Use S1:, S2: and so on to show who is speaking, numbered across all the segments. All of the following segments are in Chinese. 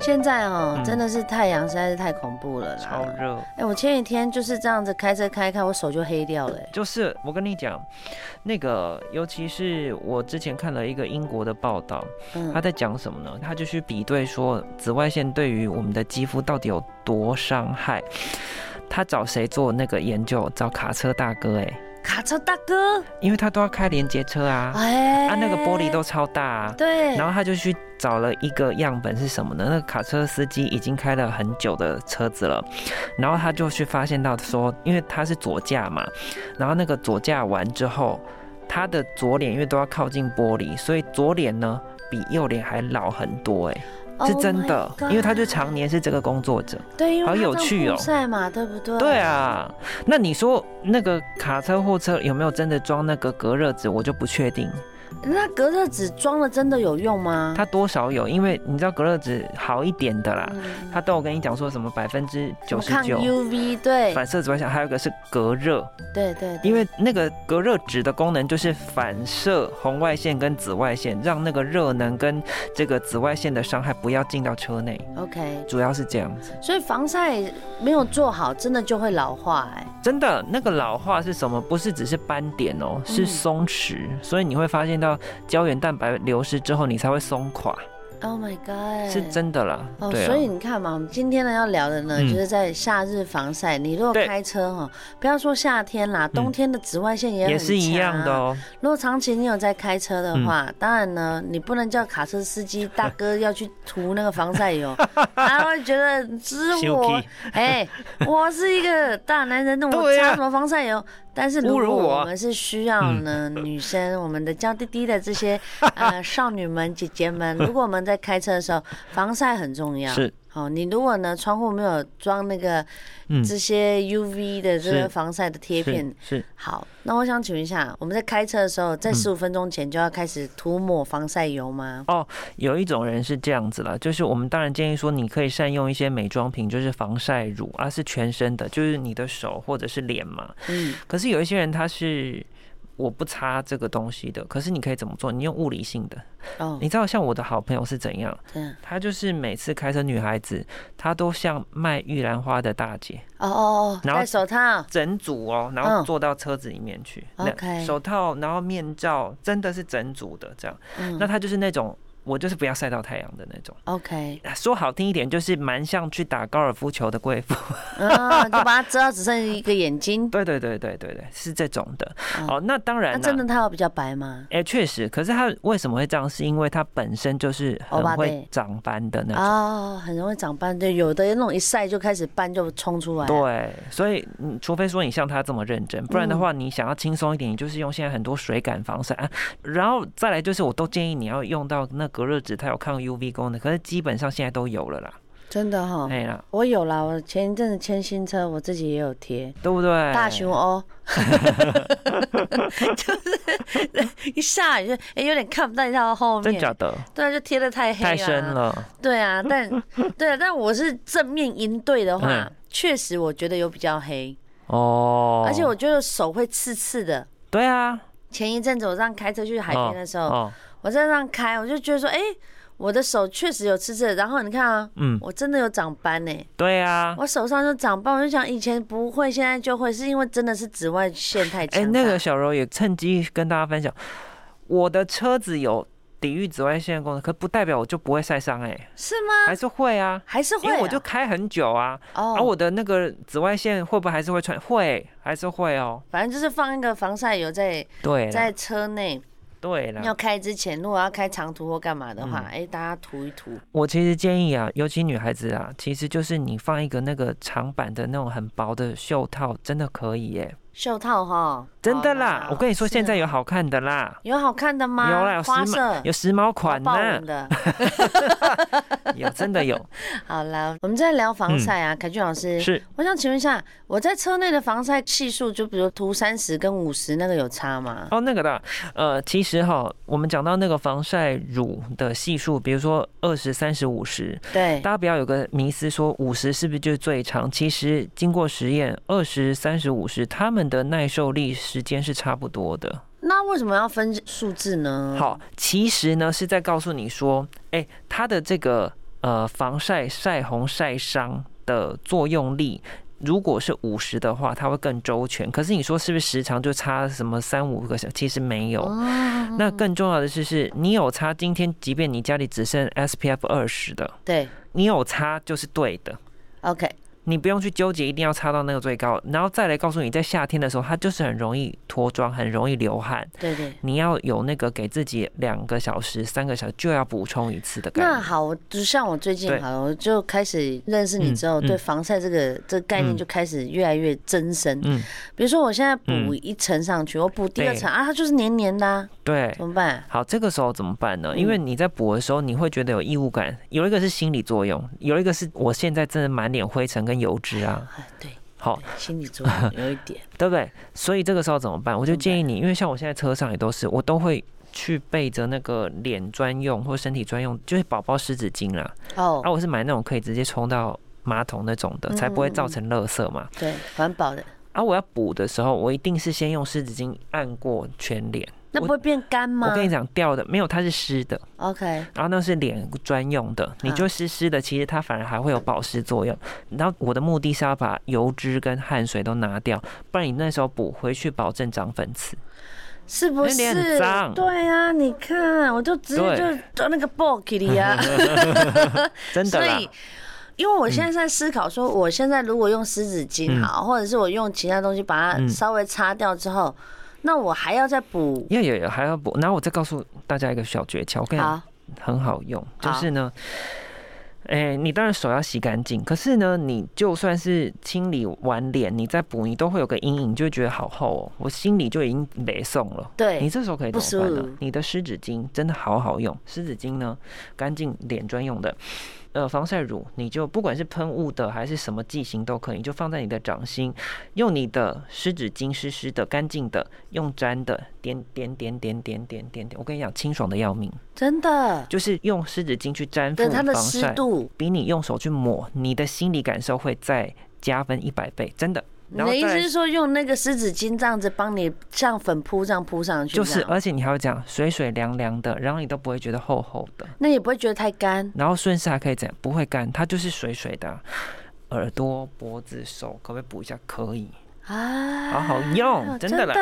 S1: 现在哦，
S2: 嗯
S1: 真的是太阳实在是太恐怖了啦！
S2: 超热。
S1: 哎、我前几天就是这样子开车开一开，我手就黑掉了、哎
S2: 就是我跟你讲，那个尤其是我之前看了一个英国的报道，他
S1: 嗯，
S2: 在讲什么呢？他就去比对说紫外线对于我们的肌肤到底有多伤害。他找谁做那个研究？找卡车大哥哎、
S1: 卡车大哥，
S2: 因为他都要开连接车啊，
S1: 哎、
S2: 啊那个玻璃都超大啊。
S1: 对，
S2: 然后他就去找了一个样本是什么呢？那个卡车司机已经开了很久的车子了，然后他就去发现到说，因为他是左驾嘛，然后那个左驾完之后，他的左脸因为都要靠近玻璃，所以左脸呢比右脸还老很多、欸，哎，是真的
S1: Oh my
S2: 因为他就
S1: God
S2: 常年是这个工作者。
S1: 对，因为
S2: 好
S1: 它
S2: 有
S1: 这样
S2: 趣哦
S1: 曝晒嘛，对不对？
S2: 对啊，那你说那个卡车货车有没有真的装那个隔热纸？我就不确定。
S1: 那隔热纸装了真的有用吗？
S2: 它多少有，因为你知道隔热纸好一点的啦，
S1: 嗯
S2: 他都有跟你讲说什么百分之
S1: 什
S2: 九
S1: 么
S2: 十
S1: 抗
S2: 九
S1: UV，对
S2: 反射紫外线，还有一个是隔热，
S1: 对对，对
S2: 因为那个隔热纸的功能就是反射红外线跟紫外线，让那个热能跟这个紫外线的伤害不要进到车内，
S1: OK，
S2: 主要是这样子。
S1: 所以防晒没有做好，真的就会老化哎、
S2: 真的，那个老化是什么？不是只是斑点哦，是松弛，
S1: 嗯
S2: 所以你会发现到胶原蛋白流失之后，你才会松垮，
S1: Oh my god，
S2: 是。真的啦。
S1: 哦，
S2: 对啊
S1: 所以，你看嘛，我们今天呢要聊的呢，
S2: 嗯
S1: 就是在夏日防晒。你如果
S2: 对嗯
S1: 开车哈，不要说夏天啦，冬天的紫外线也很啊
S2: 也是一样的
S1: 强
S2: 哦。
S1: 如果长期你有在开车的话，
S2: 嗯
S1: 当然呢，你不能叫卡车司机大哥要去涂那个防晒 油，他会觉得是我
S2: 生气，
S1: 哎、我是一个大男人，那我
S2: 对啊
S1: 擦什么防晒油？但是如
S2: 侮
S1: 果
S2: 辱我嗯
S1: 我们是需要呢， 女生，我们的娇滴滴的这些呃少女们、姐姐 们，如果我们在开车的时候，防晒很重要。
S2: 是，
S1: 好，你如果呢窗户没有装那个
S2: 嗯，
S1: 这些 UV 的这个
S2: 是
S1: 防晒的贴片，
S2: 是是
S1: 好，那我想请问一下，我们在开车的时候，
S2: 嗯
S1: 在十五分钟前就要开始涂抹防晒油吗？
S2: 有一种人是这样子啦，就是我们当然建议说，你可以善用一些美妆品，就是防晒乳啊，是全身的，就是你的手或者是脸嘛。
S1: 嗯，
S2: 可是有一些人他是。我不擦这个东西的，可是你可以怎么做？你用物理性的，
S1: 哦，
S2: 你知道像我的好朋友是怎样？
S1: 这样，
S2: 她就是每次开车，女孩子她都像卖玉兰花的大姐，
S1: 哦哦哦，
S2: 然后
S1: 戴手套，
S2: 整组哦，然
S1: 嗯
S2: 后坐到车子里面去，那
S1: OK
S2: 手套，然后面罩，真的是整组的这样。
S1: 嗯
S2: 那她就是那种我就是不要晒到太阳的那种。
S1: ，OK，
S2: 说好听一点，就是蛮像去打高尔夫球的贵妇。
S1: 啊，就把它遮到只剩一个眼睛。
S2: 对对对对对对，是这种的。
S1: 哦
S2: 哦，那当然
S1: 那
S2: 啦
S1: 真的，它有比较白吗？
S2: 哎、确实。可是它为什么会这样？是因为它本身就是
S1: 欧
S2: 很
S1: 巴
S2: 会
S1: 啊对
S2: 长斑的那种。
S1: 哦，很容易长斑，对，有的那种一晒就开始斑就冲出来。
S2: 对，所以嗯除非说你像他这么认真，不
S1: 嗯
S2: 然的话，你想要轻松一点，你就是用现在很多水感防晒、啊，然后再来就是，我都建议你要用到那隔热纸，它有抗 UV 功能，可是基本上现在都有了啦，
S1: 真的哈、
S2: 哎、啦，
S1: 我有啦，我前一阵子签新车，我自己也有贴。
S2: 对不对？
S1: 大熊 哦， 就是 一下雨就哎、有点看不到到后面，
S2: 真假的
S1: 对啊，就贴的太黑
S2: 太深。了，
S1: 对 啊，但对啊，但我是正面应对的话
S2: 嗯，
S1: 确、实我觉得有比较黑，
S2: 哦，
S1: 而且我觉得手会刺刺的。
S2: 对啊，
S1: 前一阵子我这样开车去海边的时候，
S2: 哦，
S1: 我在那样开，我就觉得说，哎、我的手确实有刺刺的。然后你看啊，
S2: 嗯，
S1: 我真的有长斑呢、
S2: 对啊。
S1: 我手上就长斑。我就想以前不会，现在就会，是因为真的是紫外线太
S2: 哎、
S1: 强大。
S2: 那个小柔也趁机跟大家分享，我的车子有抵御紫外线的功能，可不代表我就不会晒伤，哎，
S1: 是吗？
S2: 还是会啊，
S1: 还是会、
S2: 因
S1: 啊，
S2: 为我就开很久啊，
S1: 哦，
S2: 而、我的那个紫外线会不会还是会穿？会，还是会哦。
S1: 反正就是放一个防晒油在
S2: 对啊啦，
S1: 在车内。
S2: 对啦
S1: 要。开之前，如果要开长途或干嘛的话，
S2: 嗯
S1: 哎、大家涂一涂。
S2: 我其实建议啊，尤其女孩子啊，其实就是你放一个那个长版的那种很薄的袖套，真的可以耶。
S1: 袖套哈，
S2: 真的
S1: 好
S2: 啦，我跟你说，
S1: 哦是啊
S2: 现在有好看的啦，
S1: 有好看的吗？
S2: 有啦，有时
S1: 花色
S2: 髦有时髦款
S1: 爆
S2: 呐
S1: 冷， 的。
S2: 有真 的有，
S1: 好啦，我们在聊防晒
S2: 嗯
S1: 啊，凯俊老师。
S2: 是
S1: 我想请问一下，我在车内的防晒系数，就比如涂三十跟五十，那个有差吗？
S2: 哦，那个的，呃，其实哈，我们讲到那个防晒乳的系数，比如说二十三十五十，
S1: 对，
S2: 大家不要有个迷思说五十是不是就是最长？其实经过实验，二十三十五十，它们的耐受力时间是差不多的。
S1: 那为什么要分数字呢？，
S2: 好，其实呢是在告诉你说，哎、它的这个呃防晒晒红晒伤的作用力。如果是五十的话，它会更周全。可是你说是不是时长就差什么三五个小时？其实没有。那更重要的是，是你有擦，今天即便你家里只剩 SPF 二十的，
S1: 对
S2: 你有擦就是对的。
S1: ，OK，
S2: 你不用去纠结一定要擦到那个最高，然后再来告诉你，在夏天的时候，它就是很容易脱妆，很容易流汗。
S1: 对对。
S2: 你要有那个给自己两个小时、三个小时就要补充一次的概
S1: 那
S2: 念。
S1: 好，我就像我最近
S2: 对
S1: 好了，我就开始认识你之后，
S2: 嗯嗯
S1: 对防晒这个这个概念
S2: 嗯
S1: 就开始越来越增深。
S2: 嗯，
S1: 比如说我现在补
S2: 嗯
S1: 一层上去，我补第二
S2: 对
S1: 层啊，它就是黏黏的、啊，
S2: 对。
S1: 怎么办？
S2: 好，这个时候怎么办呢？
S1: 嗯
S2: 因为你在补的时候，你会觉得有异物感，有一个是心理作用，有一个是我现在真的满脸灰尘跟油脂啊，
S1: 哎，对，
S2: 好，
S1: 对心理作用有一 点，
S2: 对不对？所以这个时候怎么办？我就建议你，因为像我现在车上也都是，我都会去备着那个脸专用或身体专用，就是宝宝湿纸巾啦。
S1: 哦，
S2: 啊，我是买那种可以直接冲到马桶那种的，才不会
S1: 嗯
S2: 造成垃圾嘛。
S1: 对，环保的，
S2: 啊，我要补的时候，我一定是先用湿纸巾按过全脸。
S1: 那
S2: 我
S1: 不会变干吗？
S2: 我跟你讲，掉的没有，它是湿的，
S1: OK，
S2: 然后那是脸专用的，
S1: 嗯
S2: 你就湿湿的，其实它反而还会有保湿作用。然后我的目的是要把油脂跟汗水都拿掉，不然你那时候补回去，保证长粉刺。
S1: 是不
S2: 那脸
S1: 是
S2: 很？脏
S1: 对啊，你看，我就直接
S2: 对
S1: 就就那个 bulk 里 啊，
S2: 真的
S1: 所
S2: 啦
S1: 以，。因为我现在在思考说，我现在如果用湿纸巾
S2: 嗯
S1: 好，或者是我用其他东西把它
S2: 嗯
S1: 稍微擦掉之后，那我还要再补。
S2: 要有有还要补。然后我再告诉大家一个小诀窍，我跟你讲，
S1: 好，
S2: 很好用，就
S1: 好
S2: 是呢，哎、你当然手要洗干净，可是呢，你就算是清理完脸，你再补，你都会有个阴影，你就会觉得好厚哦，我心里就已经没送了。你
S1: 对，
S2: 这时候可以
S1: 不
S2: 怎么办
S1: 舒
S2: 呢
S1: 服？
S2: 你的湿纸巾真的好好用，湿纸巾呢，干净脸专用的。呃，防晒乳你就不管是喷雾的还是什么剂型都可以，你就放在你的掌心，用你的湿纸巾湿湿的、干净的，用粘的点点点点点点点点。我跟你讲，清爽的要命，
S1: 真的，
S2: 就是用湿纸巾去粘附
S1: 对它
S2: 防
S1: 的湿
S2: 晒，
S1: 度。
S2: 比你用手去抹，你的心理感受会再加分一百倍，真的。
S1: 你
S2: 然后
S1: 的意
S2: 再来
S1: 思是说，用那个湿纸巾这样子帮你像粉扑这样扑上去，
S2: 就
S1: 这
S2: 是，呃
S1: 样啊
S2: 而且你还会讲水水凉凉的，然后你都不会觉得厚厚的。
S1: 那也不会觉得太干。
S2: 然后顺势还可以怎样？不会干，它就是水水的啊、耳朵、脖子、手，可不可以补一下？可以，
S1: 啊，
S2: 好好用真的啦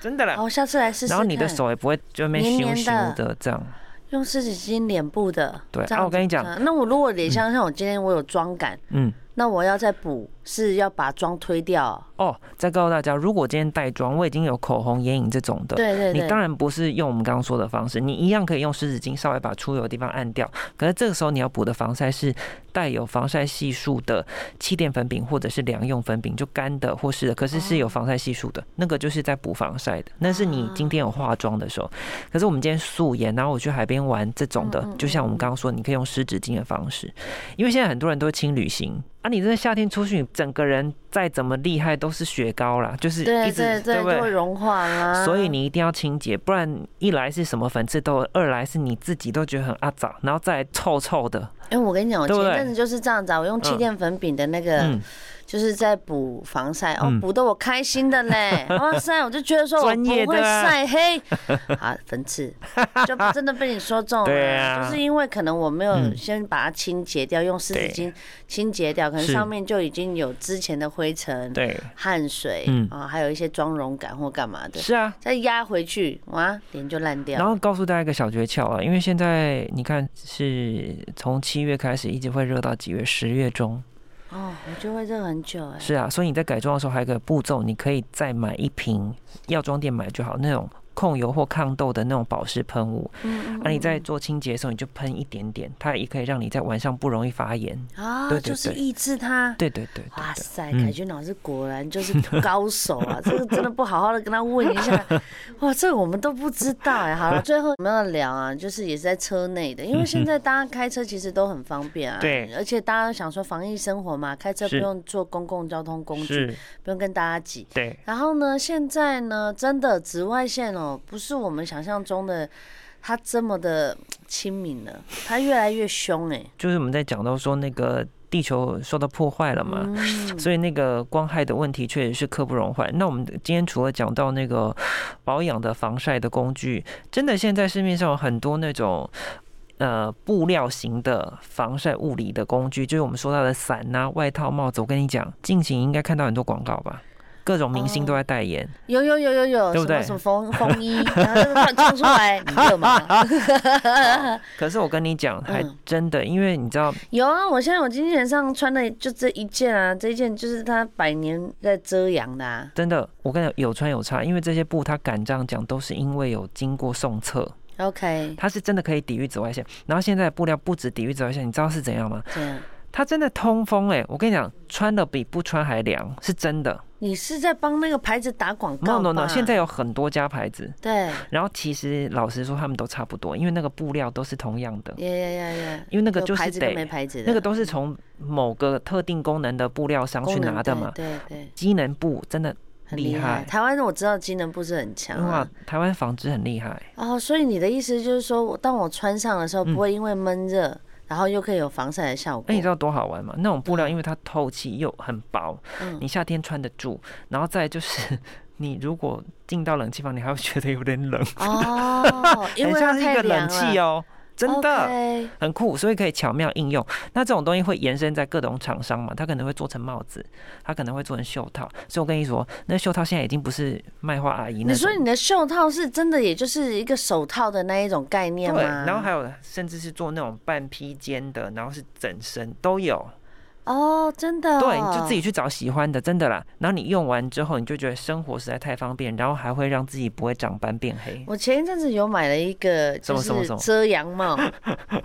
S2: 真的啦。
S1: 好，我下次来试哦试看。
S2: 然后你的手也不会就那边
S1: 黏黏
S2: 咻咻的这样，
S1: 用湿纸巾脸部的，
S2: 对
S1: 这样
S2: 啊我跟你讲
S1: 子擦那我如果脸像像我今天我有妆感，
S2: 嗯。
S1: 那我要再补是要把妆推掉。
S2: 哦，再告诉大家，如果今天带妆，我已经有口红、眼影这种的，
S1: 对对
S2: 呃你
S1: 对，
S2: 当然不是用我们刚刚说的方式，你一样可以用湿纸巾稍微把出油的地方按掉。可是这个时候你要补的防晒是带有防晒系数的气垫粉饼或者是两用粉饼，就干的或湿的，可是是
S1: 哦
S2: 有防晒系数的，那个就是在补防晒的。那是你今天有化妆的时候。可是我们今天素颜，然后我去海边玩这种的
S1: 嗯嗯嗯，
S2: 就像我们刚刚说，你可以用湿纸巾的方式，因为现在很多人都轻旅行。啊，你真的夏天出去，你整个人再怎么厉害都是雪糕啦，就是一
S1: 对
S2: 直
S1: 对对，
S2: 不对
S1: 就会？融化啦。
S2: 所以你一定要清洁，不然一来是什么粉刺痘，二来是你自己都觉得很阿杂，然后再来臭臭的，
S1: 哎，我跟你讲，我
S2: 对
S1: 前
S2: 不对
S1: 阵子就是这样子啊，我用气垫粉饼的那个
S2: 嗯，
S1: 就是在补防晒，哦，
S2: 嗯
S1: 补的我开心的 嘞。哇塞，我就觉得说我
S2: 专
S1: 不
S2: 业
S1: 会
S2: 的啊
S1: 晒黑，啊，粉 刺就真的被你说中
S2: 对
S1: 了，
S2: 啊
S1: 就是因为可能我没有
S2: 嗯
S1: 先把它清洁掉，用湿纸
S2: 对
S1: 巾清洁掉，可能
S2: 嗯是
S1: 上面就已经有之前的灰尘。
S2: 对，
S1: 汗水，
S2: 嗯
S1: 啊，还有一些妆容感或干嘛的，
S2: 是啊。
S1: 再压回去，哇，脸就烂掉。
S2: 然后告诉大家一个小诀窍啊，因为现在你看是从七月开始，一直会热到几月？十月中。
S1: 哦，我就会热很久哎、
S2: 是啊，所以你在改装的时候还有一个步骤，你可以再买一瓶药妆店买就好那种控油或抗痘的那种保湿喷雾，啊
S1: 嗯
S2: 那、你在做清洁的时候你就喷一点点，它也可以让你在晚上不容易发炎。
S1: 啊，
S2: 对对
S1: 就是
S2: 对
S1: 抑制它。
S2: 对对对对
S1: 哇
S2: 对
S1: 塞，
S2: 嗯
S1: 凯君老师果然就是高手 啊！这个真的不好好的跟他问一下，哇，这个我们都不知道哎、好了，最后我们要聊啊，就是也是在车内的，因为现在大家开车其实都很方便啊。
S2: 嗯对
S1: 而且大家想说防疫生活嘛，开车不
S2: 是
S1: 用坐公共交通工具，
S2: 是，
S1: 不用跟大家挤。
S2: 对，
S1: 然后呢，现在呢，真的紫外线哦，不是我们想象中的它这么的亲民了，它越来越凶哎、
S2: 就是我们在讲到说那个地球受到破坏了嘛，
S1: 嗯，
S2: 所以那个光害的问题确实是刻不容缓。那我们今天除了讲到那个保养的防晒的工具，真的现在市面上有很多那种。呃，布料型的防晒物理的工具，就是我们说到的伞呐、外套、帽子。我跟你讲，近期应该看到很多广告吧，各种明星都在代言。
S1: 有有有有有，
S2: 对不对
S1: 什么什么风风衣，然后就突然冲出 来，你热吗？
S2: 可是我跟你讲，还
S1: 嗯
S2: 真的，因为你知道，
S1: 有啊，我现在我经纪人上穿的就这一件啊，这一件就是它百年在遮阳的、啊。
S2: 真的，我跟你讲，有穿有差，因为这些布它敢这样讲，都是因为有经过送测，
S1: OK，
S2: 它是真的可以抵御紫外线。然后现在的布料不止抵御紫外线，你知道是怎样吗？
S1: 这样
S2: 它真的通风哎、我跟你讲，穿的比不穿还凉，是 真的。
S1: 你是在帮那个牌子打广告
S2: no no
S1: 吧
S2: no，现在有很多家牌子，
S1: 对，
S2: 然后其实老实说，他们都差不多，因为那个布料都是同样的，
S1: 耶耶耶耶，
S2: 因为那个就
S1: 有牌
S2: 是
S1: 子跟没
S2: 得
S1: 牌子的，
S2: 那个都是从某个特定功能的布料商去
S1: 功能
S2: 拿的嘛。
S1: 对对对，
S2: 机能布真的
S1: 很
S2: 厉
S1: 厉害。
S2: 害
S1: 台湾我知道机能不是很强
S2: 哇
S1: 啊，，
S2: 台湾纺织很厉害，
S1: 哦，所以你的意思就是说，我当我穿上的时候，
S2: 嗯
S1: 不会因为闷热，然后又可以有防晒的效果
S2: 哎，。你知道多好玩吗？那种布料因为它透气又很薄，
S1: 嗯
S2: 你夏天穿得住，然后再来就是 你如果进到冷气房，你还会觉得有点冷，
S1: 哦，因为
S2: 很
S1: 它
S2: 哎像是一
S1: 太
S2: 个
S1: 凉
S2: 冷气
S1: 了，
S2: 哦。真的
S1: OK，
S2: 很酷，所以可以巧妙应用。那这种东西会延伸在各种厂商嘛？它可能会做成帽子，它可能会做成袖套。所以我跟你说，那袖套现在已经不是卖花阿姨那
S1: 你说
S2: 种。
S1: 你的袖套是真的，也就是一个手套的那一种概念
S2: 对，
S1: 吗？
S2: 然后还有甚至是做那种半披肩的，然后是整身都有。
S1: 哦，真的哦，
S2: 对，你就自己去找喜欢的，真的啦。然后你用完之后，你就觉得生活实在太方便，然后还会让自己不会长斑变黑。
S1: 我前一阵子有买了一个，
S2: 什
S1: 就
S2: 么
S1: 是
S2: 什么什么
S1: 遮阳 帽，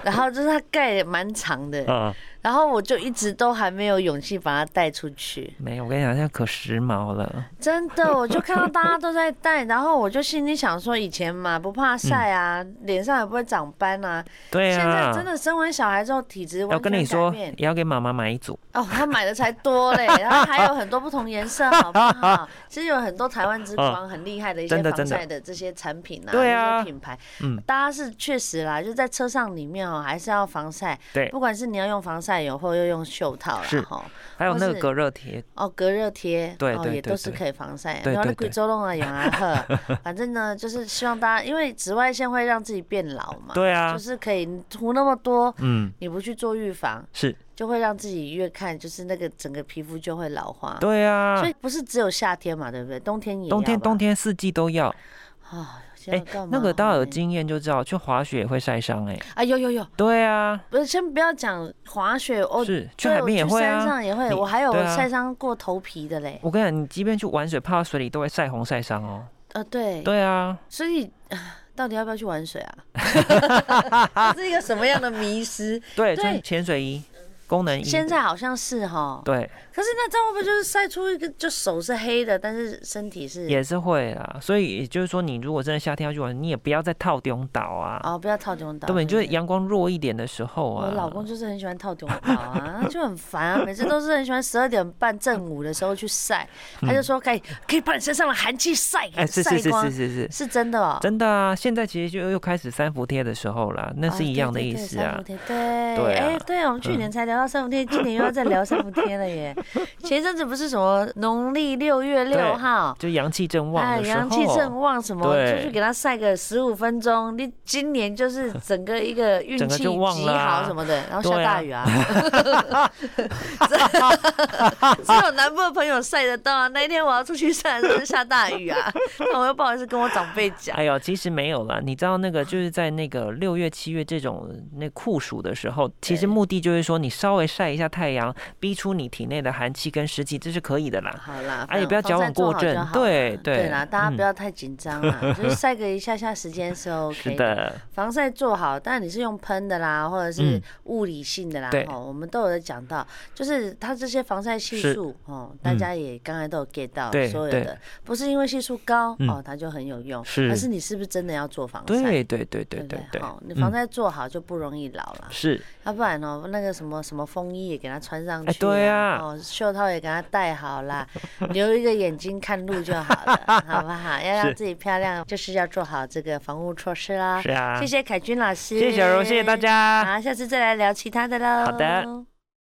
S1: 然后就是它盖得蛮长的，
S2: 嗯，
S1: 然后我就一直都还没有勇气把它带出去。
S2: 没有，我跟你讲，现在可时髦了。
S1: 真的，我就看到大家都在戴，然后我就心里想说，以前嘛不怕晒啊，
S2: 嗯
S1: 脸上也不会长斑啊。
S2: 对
S1: 现在
S2: 啊，
S1: 真的生完小孩之后，体质
S2: 要
S1: 完
S2: 跟
S1: 全
S2: 你
S1: 改
S2: 说，
S1: 变
S2: 也。要给妈妈买一组。
S1: 哦，他买的才多 嘞，然后还有很多不同颜色，好不好？其实有很多台湾之光很厉害的一些
S2: 真的
S1: 防晒
S2: 真
S1: 的这些产品啊，
S2: 对啊
S1: 这些品牌，
S2: 嗯
S1: 大家是确实啦，就在车上里面哦，还是要防晒，
S2: 对
S1: 不管是你要用防晒油或又用袖套
S2: 是
S1: 啦，哈，
S2: 还有
S1: 或
S2: 那个
S1: 是
S2: 隔热贴，
S1: 哦，隔热贴，
S2: 对
S1: 哦，
S2: 对
S1: 也
S2: 对
S1: 都是
S2: 对
S1: 可以防晒。
S2: 对
S1: 然后
S2: 对
S1: 那
S2: 对
S1: 贵州弄啊，有啊 呵，反正呢，就是希望大家，因为紫外线会让自己变老嘛，
S2: 对啊
S1: 就，是可以涂那么多，
S2: 嗯，
S1: 你不去做预防，
S2: 是，
S1: 就会让自己越看就是那个整个皮肤就会老化。
S2: 对啊
S1: 哦所，以不是只有夏天嘛，对不对？冬天也要吧
S2: 冬天冬天四季都要。
S1: 啊，现在
S2: 哎
S1: 干嘛，
S2: 那个大家
S1: 好
S2: 有
S1: 呢
S2: 经验就知道，去滑雪也会晒伤哎。
S1: 啊，有有有，
S2: 对啊，
S1: 不是先不要讲滑雪哦，
S2: 是去
S1: 对
S2: 海
S1: 我
S2: 边也会
S1: 山
S2: 啊。
S1: 上也会，
S2: 你
S1: 我还有
S2: 对啊
S1: 晒伤过头皮的嘞。
S2: 我跟你讲，你即便去玩水，泡到水里都会晒红晒伤哦。
S1: 呃，对，
S2: 对啊，
S1: 所以啊到底要不要去玩水 啊？这是一个什么样的迷失？
S2: 对，
S1: 对
S2: 穿潜水衣、功能衣。
S1: 现在好像是哈，
S2: 对，
S1: 可是那这样会不会就是晒出一个，就手是黑的，但是身体是
S2: 也是会啦。所以也就是说，你如果真的夏天要去玩，你也不要再套丢岛啊，
S1: 哦，不要套丢岛，
S2: 对不对？你就是啊
S1: 不
S2: 阳光弱一点的时候啊。
S1: 嗯我老公就是很喜欢套丢岛啊，他就很烦啊，每次都是很喜欢十二点半正午的时候去 晒，他就说可以可以把你身上的寒气晒
S2: 嗯哎，是是
S1: 晒
S2: 是
S1: 光
S2: 是，是是。
S1: 是真的哦，
S2: 真的啊，现在其实就又开始三伏贴的时候啦，那
S1: 哦
S2: 是一样的意思啊。
S1: 对对对，
S2: 对啊
S1: 哎，对，我们去年才聊到三伏天，今年又要再聊三伏天了 耶。前一阵子不是什么农历六月六号，
S2: 就阳气正旺
S1: 哎，
S2: 的时
S1: 阳气正
S2: 候，
S1: 旺什么，
S2: 对
S1: 出去给它晒个十五分钟，你今年就是整个一个运
S2: 整个
S1: 气
S2: 就旺
S1: 极
S2: 了啊
S1: 好什么的，然后
S2: 对
S1: 下
S2: 啊
S1: 大雨啊。啊 只有南部的朋友晒得到啊！那一天我要出去晒，就是下大雨啊， 那我又不好意思跟我长辈讲。
S2: 哎呦，其实没有啦。你知道那个就是在那个六月、七月这种那酷暑的时候，其实
S1: 对
S2: 目的就是说你稍稍微晒一下太阳，逼出你体内的寒气跟湿气，这是可以的啦。
S1: 好啦，
S2: 啊也不要
S1: 防
S2: 矫枉过正
S1: 防晒做好就好
S2: 对
S1: 了
S2: 对
S1: 对啦，大家
S2: 嗯
S1: 不要太紧张啦，就是晒个一下下时间是 OK
S2: 是。的，
S1: 防晒做好，当然你是用喷的啦，或者是
S2: 嗯
S1: 物理性的啦，
S2: 对
S1: 哦，我们都有讲到，就是它这些防晒系
S2: 是嗯
S1: 数哦，大家也刚才都有 get 到
S2: 对
S1: 所有
S2: 对
S1: 的，不是因为系数高
S2: 嗯
S1: 哦，它就很有用，
S2: 是
S1: 而是你是不是真的要做防晒？
S2: 对对对对
S1: 对不
S2: 对对
S1: 好，，你
S2: 嗯
S1: 防晒做好就不容易老了，
S2: 是
S1: 要不然哦，那个什么什么风衣也给它穿上去
S2: 哎
S1: 啦，
S2: 对啊
S1: 哦，袖套也给它戴好 啦，留一个眼睛看路就好了，好不好？要让
S2: 是
S1: 自己漂亮，就是要做好这个防护措施啦。
S2: 是啊
S1: 谢，谢凯君老师，
S2: 谢谢小柔，谢谢大。家。
S1: 好，下次再来聊其他的喽。
S2: 好的。